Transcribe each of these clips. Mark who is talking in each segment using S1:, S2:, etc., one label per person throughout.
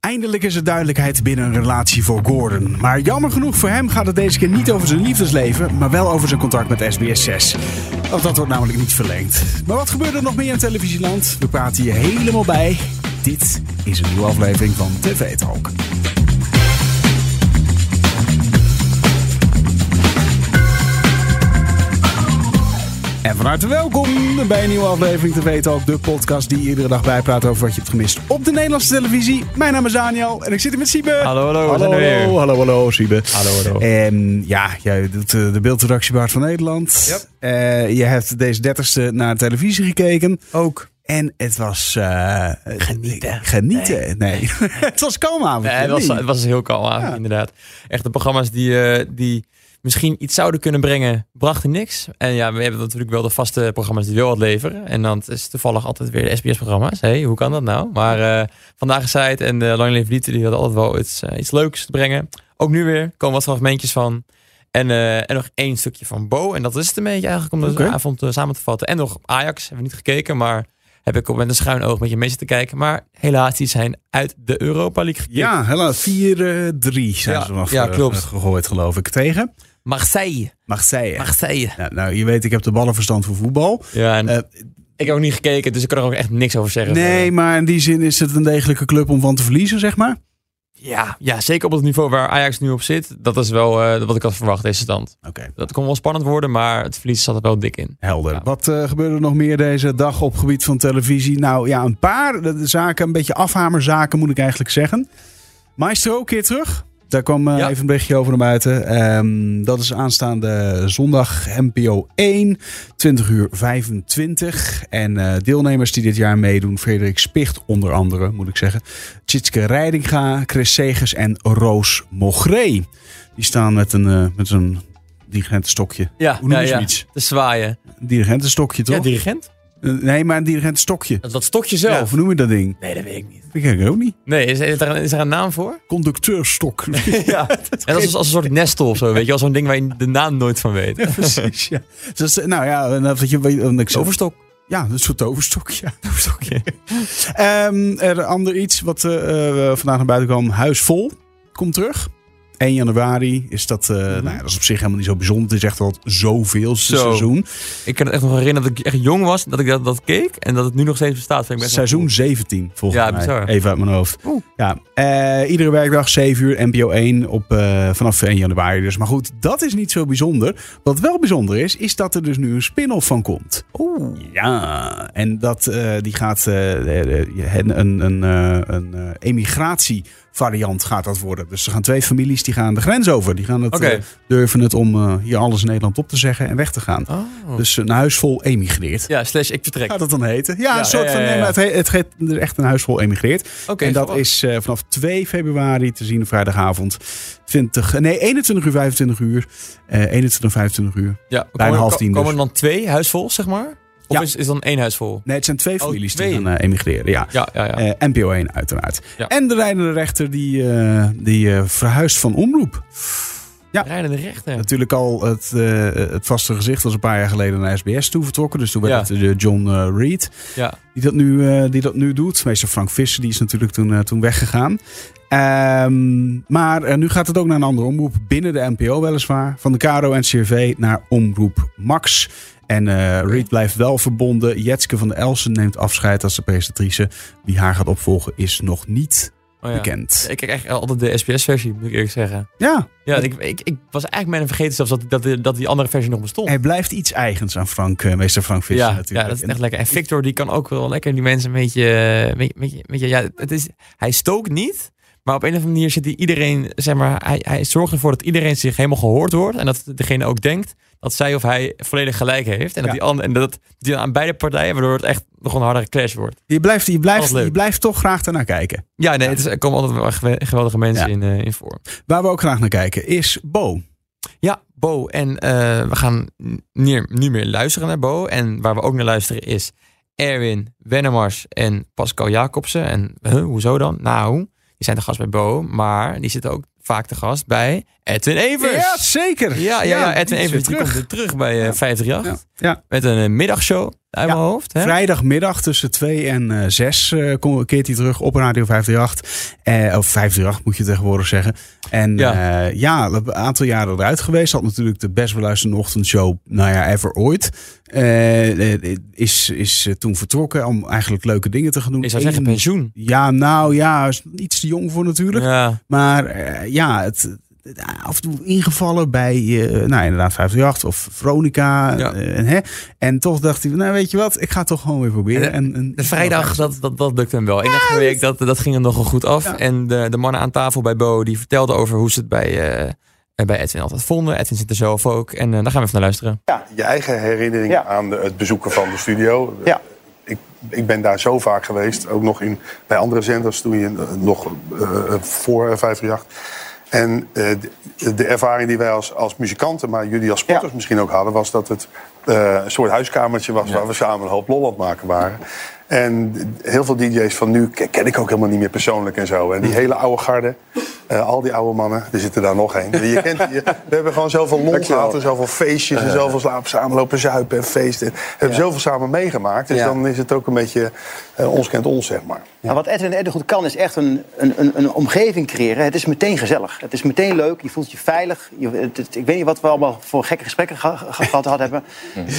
S1: Eindelijk is er duidelijkheid binnen een relatie voor Gordon. Maar jammer genoeg voor hem gaat het deze keer niet over zijn liefdesleven, maar wel over zijn contract met SBS6. Want dat wordt namelijk niet verlengd. Maar wat gebeurt er nog meer in televisieland? We praten hier helemaal bij. Dit is een nieuwe aflevering van TV Talk. En van harte welkom bij een nieuwe aflevering TV Talk, de podcast die iedere dag bijpraat over wat je hebt gemist op de Nederlandse televisie. Mijn naam is Daniel en ik zit hier met Siebe.
S2: Hallo, hallo, we
S1: hallo,
S2: zijn er weer.
S1: hallo, hallo, hallo, Siebe.
S2: Hallo, hallo.
S1: En ja, jij doet eh, de beeldredactie Bart van Nederland.
S2: Yep.
S1: Eh, je hebt deze dertigste naar de televisie gekeken.
S2: Ook.
S1: En het was... eh,
S2: Genieten.
S1: Genieten, nee. het was kalm
S2: Nee, het was, het was heel kalm aan,
S1: Ja.
S2: inderdaad. Echt de programma's die, eh, die misschien iets zouden kunnen brengen, brachten niks. En ja, we hebben natuurlijk wel de vaste programma's die wel wat leveren. En dan is het toevallig altijd weer de SBS-programma's. Hé, hoe kan dat nou? Maar eh, Vandaag is Tijd en eh, Lang Leven Liefde, die hadden altijd wel iets, eh, iets leuks te brengen. Ook nu weer, komen wat fragmentjes van. En, eh, en nog één stukje van Bo. En dat is het een beetje eigenlijk om de
S1: Oké.
S2: avond eh, samen te vatten. En nog Ajax, hebben we niet gekeken, maar heb ik op met een schuin oog met je mee zitten kijken. Maar helaas, die zijn uit de Europa League gekikt.
S1: Ja, helaas. 4-3 zijn
S2: Ja,
S1: ze vanaf
S2: ja,
S1: eh,
S2: klopt.
S1: gegooid, geloof ik, tegen
S2: Marseille.
S1: Marseille.
S2: Marseille.
S1: Nou, nou, je weet, ik heb de ballenverstand voor voetbal.
S2: Ja, en
S1: Eh,
S2: ik heb ook niet gekeken, dus ik kan er ook echt niks over zeggen.
S1: nee, maar in die zin is het een degelijke club om van te verliezen, zeg maar.
S2: Ja, ja, zeker op het niveau waar Ajax nu op zit. Dat is wel eh, wat ik had verwacht, deze stand.
S1: Oké,
S2: Dat kon wel spannend worden, maar het verlies zat er wel dik in.
S1: helder.
S2: Ja.
S1: Wat eh, gebeurde er nog meer deze dag op gebied van televisie? Nou ja, een paar eh, zaken, een beetje afhamerzaken moet ik eigenlijk zeggen. Maestro, een keer terug. Daar kwam eh,
S2: Ja.
S1: even een berichtje over naar buiten. Ehm, dat is aanstaande zondag NPO 1, 20 uur 25. En eh, deelnemers die dit jaar meedoen, Frederik Spicht onder andere, moet ik zeggen. Tjitske Reidinga, Chris Segers en Roos Mogré. Die staan met een, eh met een dirigentenstokje.
S2: Ja,
S1: Hoe noem je
S2: ja, ja.
S1: zoiets?
S2: Te zwaaien.
S1: Een dirigentenstokje, toch?
S2: Ja, dirigent?
S1: Eh, Nee, maar een dirigentenstokje.
S2: Dat, dat stokje
S1: Ja,
S2: zelf.
S1: hoe noem je dat ding?
S2: Nee, dat weet ik niet.
S1: Ik ken ik ook niet.
S2: Nee, is, is, er, is er een naam voor?
S1: Conducteurstok.
S2: Ja. En dat is als een soort nestel of zo, weet je? Als zo'n ding waar je de naam nooit van weet.
S1: Precies, ja. Dus, eh, nou ja, en dat je, en ik zeg-
S2: Overstok.
S1: ja, een soort toverstok, ja.
S2: Overstokje.
S1: Ehm, er ander iets wat eh, eh, vandaag naar buiten kwam. Huis vol. Komt terug. 1 januari is dat... eh, Nou ja, dat is op zich helemaal niet zo bijzonder. Het is echt wel het zoveelste
S2: Mhm. Zo.
S1: seizoen.
S2: Ik kan het echt nog herinneren dat ik echt jong was, dat ik dat, dat keek en dat het nu nog steeds bestaat. Vind ik best wel
S1: Seizoen 17, volgens
S2: Ja,
S1: mij.
S2: bizar.
S1: Even uit mijn hoofd.
S2: Oeh.
S1: Ja, eh, iedere werkdag 7 uur NPO 1 op, eh, vanaf 1 januari dus. Maar goed, dat is niet zo bijzonder. Wat wel bijzonder is, is dat er dus nu een spin-off van komt.
S2: Oeh.
S1: Ja, en dat, eh, die gaat eh, eh, eh, een, een, een, eh, een eh, emigratievariant gaat dat worden. Dus er gaan twee families die gaan de grens over. Die gaan het,
S2: Oké.
S1: eh, durven het om eh, hier alles in Nederland op te zeggen en weg te gaan.
S2: Oh.
S1: Dus een huis vol emigreert.
S2: ja, slash ik vertrek.
S1: Gaat dat dan heten? Ja,
S2: Ja,
S1: een soort
S2: ja,
S1: van.
S2: ja,
S1: nee,
S2: ja.
S1: maar het, he- het heet er echt een huis vol emigreert.
S2: Oké,
S1: en dat
S2: grappig.
S1: is eh, vanaf 2 februari te zien, vrijdagavond. 20, nee, 21 uur, 25 uur. Eh 21, 25 uur.
S2: ja,
S1: bijna half tien
S2: Komen
S1: dus.
S2: er dan twee huisvol, zeg maar? Of
S1: Ja.
S2: is, is dan één huisvol?
S1: Nee, het zijn twee
S2: Oh,
S1: families die
S2: twee.
S1: gaan eh, emigreren. Ja.
S2: Ja, ja, ja.
S1: Eh, NPO 1 uiteraard.
S2: Ja.
S1: En de rijdende rechter die, eh, die eh, verhuist van omroep. ja.
S2: Rijdende rechter.
S1: Natuurlijk al het, eh, het vaste gezicht was een paar jaar geleden naar SBS toe vertrokken. Dus toen werd
S2: Ja.
S1: het eh, John eh, Reed.
S2: Ja.
S1: die dat nu, eh, die dat nu doet. Meester Frank Visser die is natuurlijk toen, eh, toen weggegaan. Ehm, maar eh, nu gaat het ook naar een andere omroep. Binnen de NPO weliswaar. Van de KRO-NCRV naar omroep Max. En eh Reed blijft wel verbonden. Jetske van der Elsen neemt afscheid als de presentatrice. Wie haar gaat opvolgen is nog niet
S2: Oh, ja.
S1: bekend.
S2: Ik kijk echt altijd de SBS-versie, moet ik eerlijk zeggen.
S1: Ja,
S2: Ja, ik, ik, ik was eigenlijk bijna vergeten zelfs dat, dat, die- dat die andere versie nog bestond.
S1: hij blijft iets eigens aan Frank, eh, meester Frank Visser
S2: Oh. ja, ja,
S1: natuurlijk.
S2: dat is echt lekker. En Victor die kan ook wel lekker die mensen een beetje... eh, beetje- beetje- beetje- ja, het is, hij stookt niet, maar op een of andere manier zit hij iedereen... Zeg maar, hij, hij zorgt ervoor dat iedereen zich helemaal gehoord wordt. En dat degene ook denkt dat zij of hij volledig gelijk heeft. En dat,
S1: Ja.
S2: die, ander- en dat die aan beide partijen, waardoor het echt nog een hardere clash wordt.
S1: je, blijft, je, blijft,
S2: Alles leuk.
S1: je blijft toch graag daarnaar kijken.
S2: Ja, nee, het is, er komen altijd wel gewe- geweldige mensen in, eh, in voor.
S1: Waar we ook graag naar kijken is Bo.
S2: Ja, Bo. En eh, we gaan nu, nu meer luisteren naar Bo. En waar we ook naar luisteren is Erwin Wennemars en Pascal Jacobsen. En huh, hoezo dan? Nou, die zijn te gast bij Bo, maar die zitten ook vaak te gast bij Edwin Evers.
S1: Ja, zeker.
S2: Ja, ja, ja,
S1: die
S2: Edwin
S1: is weer
S2: Evers die komt weer terug bij eh
S1: Ja.
S2: 538.
S1: Ja.
S2: Met een eh, middagshow. uit
S1: Ja,
S2: mijn hoofd. Hè?
S1: Vrijdagmiddag tussen 2 en eh, 6 eh, kom- keert hij terug op Radio 538. Eh, of 538 moet je tegenwoordig zeggen. En ja.
S2: Ja.
S1: ja, een aantal jaren eruit geweest. Had natuurlijk de best beluisterde ochtendshow, nou ja, ever ooit. Eh, eh, is, is eh, toen vertrokken om eigenlijk leuke dingen te gaan doen.
S2: Ik zou zeggen
S1: Eén-
S2: pensioen.
S1: Ja, nou ja, is iets te jong voor natuurlijk.
S2: Ja,
S1: Maar eh, ja, het, het eh, af en toe ingevallen bij, eh, nou inderdaad, 538 of Veronica.
S2: Ja.
S1: eh, en, hè. en toch dacht hij, van, nou weet je wat, ik ga het toch gewoon weer proberen.
S2: En,
S1: En, en,
S2: de vrijdag, dat, dat, dat lukte hem wel. Enige week, dat, dat ging hem nogal goed af.
S1: Ja.
S2: En de, de mannen aan tafel bij Bo, die vertelden over hoe ze het bij, eh, eh, bij Edwin altijd vonden. Edwin zit er zelf ook. En eh, daar gaan we even naar luisteren.
S3: Je eigen herinnering
S4: Ja.
S3: aan de- het bezoeken van de studio.
S4: Ja.
S3: Ik, ik ben daar zo vaak geweest, ook nog in, bij andere zenders toen je eh, nog eh, voor 538. En eh, de, de ervaring die wij als, als muzikanten, maar jullie als sporters
S4: Ja.
S3: misschien ook hadden, was dat het eh, een soort huiskamertje was waar we samen een hoop lol aan het maken waren. En heel veel DJ's van nu ke- ken ik ook helemaal niet meer persoonlijk en zo. En die hele oude garde, eh, al die oude mannen, er zitten daar nog een. Je kent, je- we hebben gewoon zoveel lol gehad en zoveel feestjes en zoveel slaap, samen lopen zuipen en feesten. We hebben zoveel samen meegemaakt. Dus
S4: Ja.
S3: dan is het ook een beetje eh, ons kent ons, zeg maar.
S4: Maar wat Edwin Edwin goed kan, is echt een, een, een, een omgeving creëren. Het is meteen gezellig. Het is meteen leuk. Je voelt je veilig. Je, het- het- ik weet niet wat we allemaal voor gekke gesprekken ge- ge- gehad hadden hebben.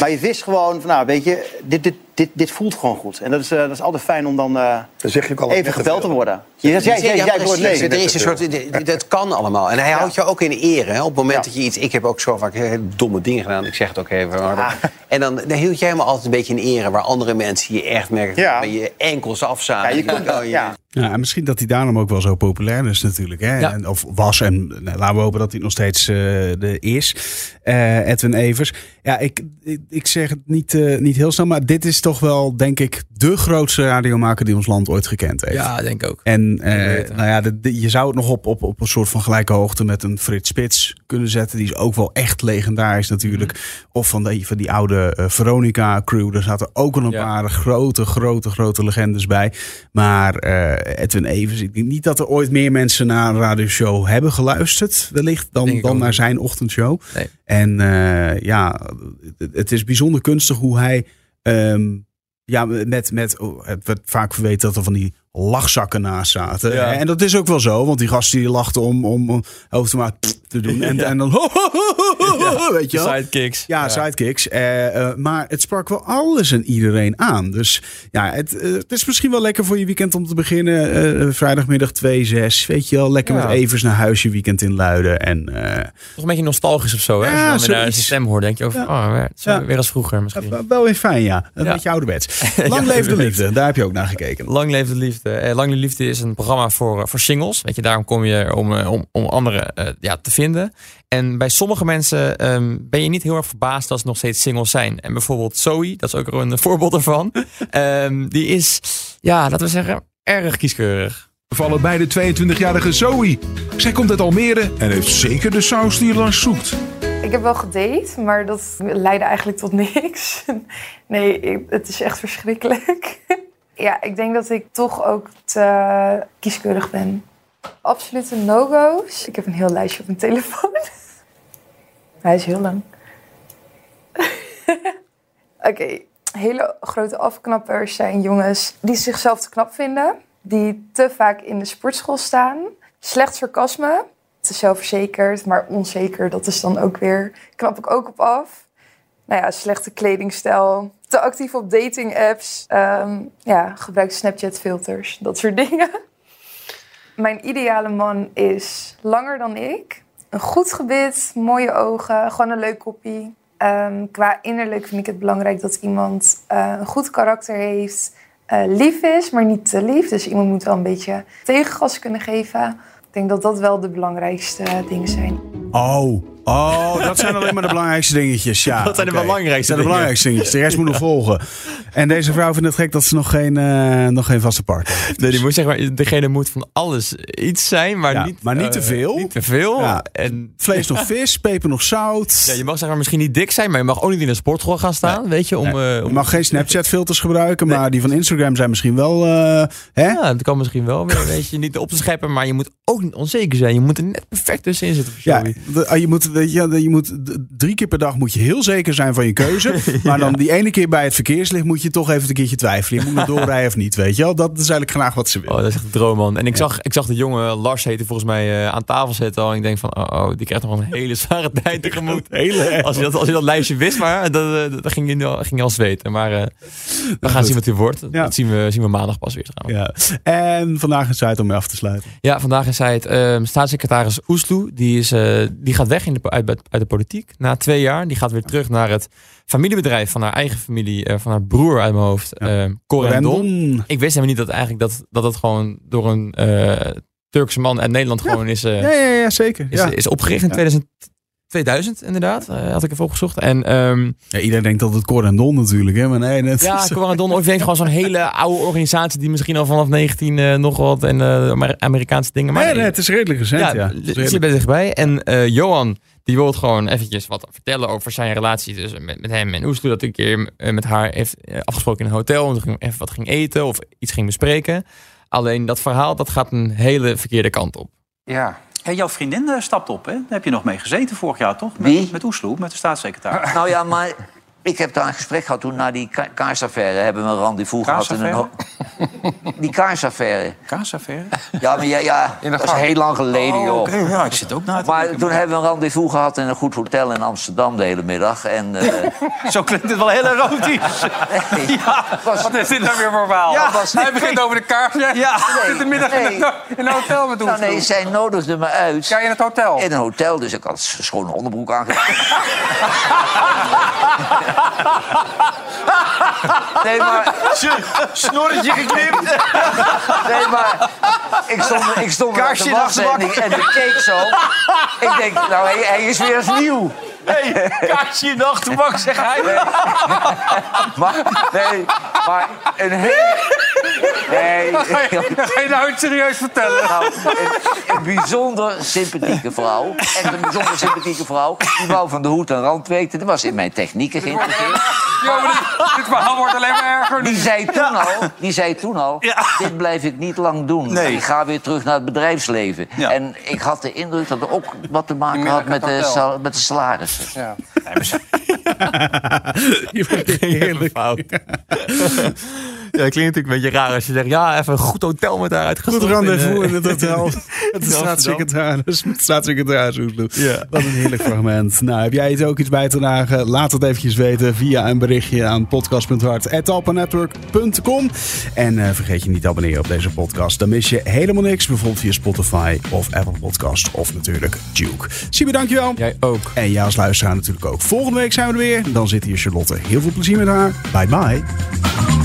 S4: Maar je wist gewoon van, nou, weet je, dit, dit, dit, dit voelt gewoon goed. En dat is, eh, dat is altijd fijn om dan eh,
S3: Dan zeg je ook altijd
S4: even
S3: net te
S4: gebeld te
S3: veel.
S4: worden. Je, jij, jij, jij,
S5: Ja,
S4: wordt
S5: precies.
S4: leeg.
S5: Er is een soort, d- d- dat kan allemaal. En hij houdt je ook in ere. Hè? Op het moment
S4: Ja.
S5: dat je iets... Ik heb ook zo vaak hele domme dingen gedaan. Ik zeg het ook even hardop. En dan, dan hield jij me altijd een beetje in ere... waar andere mensen je echt merken...
S4: Ja.
S5: waar je enkels afzagen.
S4: Ja, je
S5: Die-
S4: komt,
S5: oh, je-
S4: ja.
S1: Ja, en misschien dat hij daarom ook wel zo populair is natuurlijk. Hè?
S2: Ja.
S1: En, of was, en nou, laten we hopen dat hij nog steeds eh, de is. Eh, Edwin Evers. Ja, ik, ik, ik zeg het niet, eh, niet heel snel, maar dit is toch wel, denk ik, de grootste radiomaker die ons land ooit gekend heeft.
S2: Ja, denk ook.
S1: En eh,
S2: weten.
S1: nou ja, de- de- je zou het nog op, op, op een soort van gelijke hoogte met een Frits Spits kunnen zetten. Die is ook wel echt legendarisch natuurlijk.
S2: Mhm.
S1: Of van die, van die oude eh, Veronica crew. Daar zaten ook al een
S2: Ja.
S1: paar grote, grote, grote legendes bij. Maar eh, Edwin Evers, ik denk niet dat er ooit meer mensen naar een radioshow hebben geluisterd. Wellicht
S2: Denk
S1: dan,
S2: ik
S1: dan
S2: ook
S1: naar
S2: niet.
S1: zijn ochtendshow.
S2: Nee.
S1: En eh, ja, het, het is bijzonder kunstig hoe hij... ehm, ja, met, met oh, het werd vaak verweten dat er van die lachzakken naast zaten.
S2: Ja.
S1: En dat is ook wel zo, want die gasten die lachten om, om om hoofd maar te doen. En, en dan, weet je wel.
S2: Sidekicks.
S1: Ja, sidekicks. Eh, eh, maar het sprak wel alles en iedereen aan. Dus ja, het, eh, het is misschien wel lekker voor je weekend om te beginnen. Eh, vrijdagmiddag 2-6. Weet je wel, lekker
S2: Ja.
S1: met Evers naar huis je weekend inluiden. En eh,
S2: Toch een beetje nostalgisch of zo. Hè?
S1: Ja,
S2: Als je dan weer naar
S1: zoiets.
S2: zijn stem hoort, denk je over... Oh, weer, zo-
S1: Ja.
S2: weer als vroeger misschien.
S1: eh, wel weer fijn, ja. Een
S2: Ja.
S1: beetje ouderwets. Lang leven de liefde, daar heb je ook naar gekeken.
S2: Lang Leef de Liefde. Eh, Lang Leef de Liefde is een programma voor, eh, voor singles. Weet je, daarom kom je om, eh, om, om anderen eh, ja, te vinden. En bij sommige mensen ehm, ben je niet heel erg verbaasd dat ze nog steeds singles zijn. En bijvoorbeeld Zoe, dat is ook een eh, voorbeeld ervan. Ehm, die is, ja, laten we zeggen, erg kieskeurig.
S6: vallen bij de 22-jarige Zoe. Zij komt uit Almere en heeft zeker de saus die je langs zoekt.
S7: Ik heb wel gedate, maar dat leidde eigenlijk tot niks. Nee, ik- het is echt verschrikkelijk. Ja, ik denk dat ik toch ook te kieskeurig ben. Absolute no-go's. Ik heb een heel lijstje op mijn telefoon. Hij is heel lang. Oké, hele grote afknappers zijn jongens die zichzelf te knap vinden. Die te vaak in de sportschool staan. Slecht sarcasme te zelfverzekerd, maar onzeker. Dat is dan ook weer, knap ik ook op af. Nou ja, slechte kledingstijl, te actief op dating apps. ehm, ja, gebruik Snapchat filters, dat soort dingen. Mijn ideale man is langer dan ik. Een goed gebit, mooie ogen, gewoon een leuk koppie. Ehm, qua innerlijk vind ik het belangrijk dat iemand eh, een goed karakter heeft. eh, lief is, maar niet te lief. Dus iemand moet wel een beetje tegengas kunnen geven. Ik denk dat dat wel de belangrijkste eh, dingen zijn.
S1: Oh, oh, dat zijn alleen maar de belangrijkste dingetjes. Ja,
S2: Dat zijn de
S1: oké.
S2: belangrijkste
S1: Dat zijn de
S2: dingen.
S1: belangrijkste dingetjes. De rest moet nog volgen. En deze vrouw vindt het gek dat ze nog geen, eh, nog geen vaste partner heeft. Dus
S2: Nee, die moet, zeg maar, degene moet van alles iets zijn, maar
S1: Ja,
S2: niet...
S1: maar niet
S2: eh,
S1: te veel.
S2: Niet te veel.
S1: Ja.
S2: En...
S1: Vlees nog vis, peper nog zout.
S2: Ja, je mag zeg maar, misschien niet dik zijn, maar je mag ook niet in een sportschool gaan staan, weet je, om... eh,
S1: Je
S2: om-
S1: mag geen Snapchat-filters gebruiken, maar die van Instagram zijn misschien wel. eh, hè?
S2: Ja, dat kan misschien wel weer, weet je, niet op te scheppen, maar je moet ook niet onzeker zijn. Je moet er net perfect tussenin zitten. voor
S1: Ja,
S2: Joey.
S1: de- ah, je moet weet je, je moet d- drie keer per dag moet je heel zeker zijn van je keuze. Maar dan die ene keer bij het verkeerslicht moet je toch even een keertje twijfelen. Je moet nog doorrijden of niet, weet je wel. Dat is eigenlijk graag wat ze
S2: Oh,
S1: willen.
S2: dat is echt een droom, man. En ik, zag, ik zag de jongen Lars heette volgens mij eh, aan tafel zitten al. En ik denk van, oh, oh, die krijgt nog een hele zware tijd tegemoet.
S1: Hele erg.
S2: Als je dat, als je dat lijstje wist, maar eh, dat, dat, ging, je, dat ging je al zweten. Maar eh, we gaan
S1: goed.
S2: zien wat hij wordt.
S1: Ja.
S2: Dat zien we, zien we maandag pas weer. Trouwens.
S1: Ja. En vandaag een site om mee af te sluiten.
S2: Ja, vandaag is hij het ehm, staatssecretaris Oesloe. Die, is, eh, die gaat weg in de, po- uit, uit de politiek na twee jaar. Die gaat weer terug naar het familiebedrijf van haar eigen familie, eh, van haar broer uit mijn hoofd,
S1: Ja.
S2: ehm, Corendon.
S1: Random.
S2: Ik wist helemaal niet dat eigenlijk dat dat, dat gewoon door een eh, Turkse man uit Nederland gewoon is, eh,
S1: Ja, ja, ja, zeker.
S2: is, eh,
S1: ja.
S2: is opgericht in
S1: Ja.
S2: 2000, 2000 inderdaad. Eh, had ik even opgezocht. En ehm,
S1: Ja, iedereen denkt dat het Corendon natuurlijk, hè? Maar nee, dat
S2: ja,
S1: is-
S2: Corendon, of je denkt gewoon zo'n hele oude organisatie die misschien al vanaf 19 eh, nog wat en eh, Amer- Amerikaanse dingen. Maar
S1: Nee, nee, het is redelijk recent, ja.
S2: ja,
S1: Het is
S2: li-
S1: redelijk-
S2: zit bij dichtbij. En eh, Johan, die wil gewoon eventjes wat vertellen over zijn relatie dus met, met hem en Oesloe. Dat een keer eh, met haar heeft eh, afgesproken in een hotel. En toen ging even wat ging eten of iets ging bespreken. Alleen dat verhaal, dat gaat een hele verkeerde kant op.
S8: Ja.
S9: Hey, jouw vriendin eh, stapt op, hè? Daar heb je nog mee gezeten vorig jaar, toch? Met,
S8: Wie?
S9: Met Oesloe, met de staatssecretaris.
S8: Nou ja, maar ik heb daar een gesprek gehad toen na die ka- kaarsaffaire. Hebben we een rendezvous gehad. In een ho- die kaarsaffaire.
S9: Kaasaffaire?
S8: Ja, maar ja, ja
S9: In de
S8: dat is
S9: gang.
S8: heel lang geleden,
S9: Oh,
S8: joh.
S9: oké. Ja, ik zit ook na te
S8: Maar
S9: denken.
S8: toen hebben we een rendezvous gehad in een goed hotel in Amsterdam de hele middag. En, eh,
S9: Zo klinkt het wel heel erotisch.
S8: nee.
S9: Ja,
S8: Was-
S9: wat is dit nou weer voor verhaal?
S8: Ja, was-
S9: hij begint over de kaars. Ja,
S8: Nee,
S9: zit de middag in,
S8: nee.
S9: een, in een hotel met Oesloe.
S8: Nou, nee, zij nodigde me uit.
S9: Ja, in het hotel.
S8: In een hotel, dus ik had een schone onderbroek aangedaan. nee, maar...
S9: Snorretje geknipt.
S8: Nee, maar ik stond, ik stond erop
S9: Kaarsje
S8: te wachten en ik, en ik keek zo. Ik denk, nou, hij, hij is weer eens nieuw.
S9: Hey, kaarsje nacht, toebak, zeg hij.
S8: Maar, nee, maar een hele... Nee,
S9: Dat ga je nou iets serieus vertellen.
S8: nou, een, een bijzonder sympathieke vrouw. Echt een bijzonder sympathieke vrouw. Die wou van de hoed en rand weten. Die was in mijn technieken geïnteresseerd.
S9: Ja, maar dit, dit verhaal wordt alleen maar erger.
S8: Die zei toen al, die zei toen al dit blijf ik niet lang doen.
S9: Nee.
S8: Ik ga weer terug naar het bedrijfsleven.
S9: Ja.
S8: En ik had de indruk dat het ook wat te maken
S9: middag
S8: had met
S9: het
S8: de,
S9: hotel.
S8: sal- met de salarissen.
S1: Heerlijk.
S2: Fout. ja, klinkt natuurlijk een beetje raar als je zegt, ja, even een goed hotel met haar eh,
S1: Goed
S2: uitgestopt.
S1: rendezvous in eh, het hotel. Met de
S2: Amsterdam.
S1: staatssecretaris. Met de staatssecretaris Oesloe.
S2: Ja.
S1: Wat een heerlijk fragment. Nou, heb jij het ook iets bij te dragen? Laat het eventjes weten via een berichtje aan podcast.hart.alpanetwork.com. En eh, vergeet je niet te abonneren op deze podcast. Dan mis je helemaal niks. Bijvoorbeeld via Spotify of Apple Podcast of natuurlijk Duke. Sibi, dankjewel.
S2: Jij ook.
S1: En jou als luisteraar natuurlijk ook. Volgende week zijn we er weer. Dan zit hier Charlotte. Heel veel plezier met haar. Bye bye.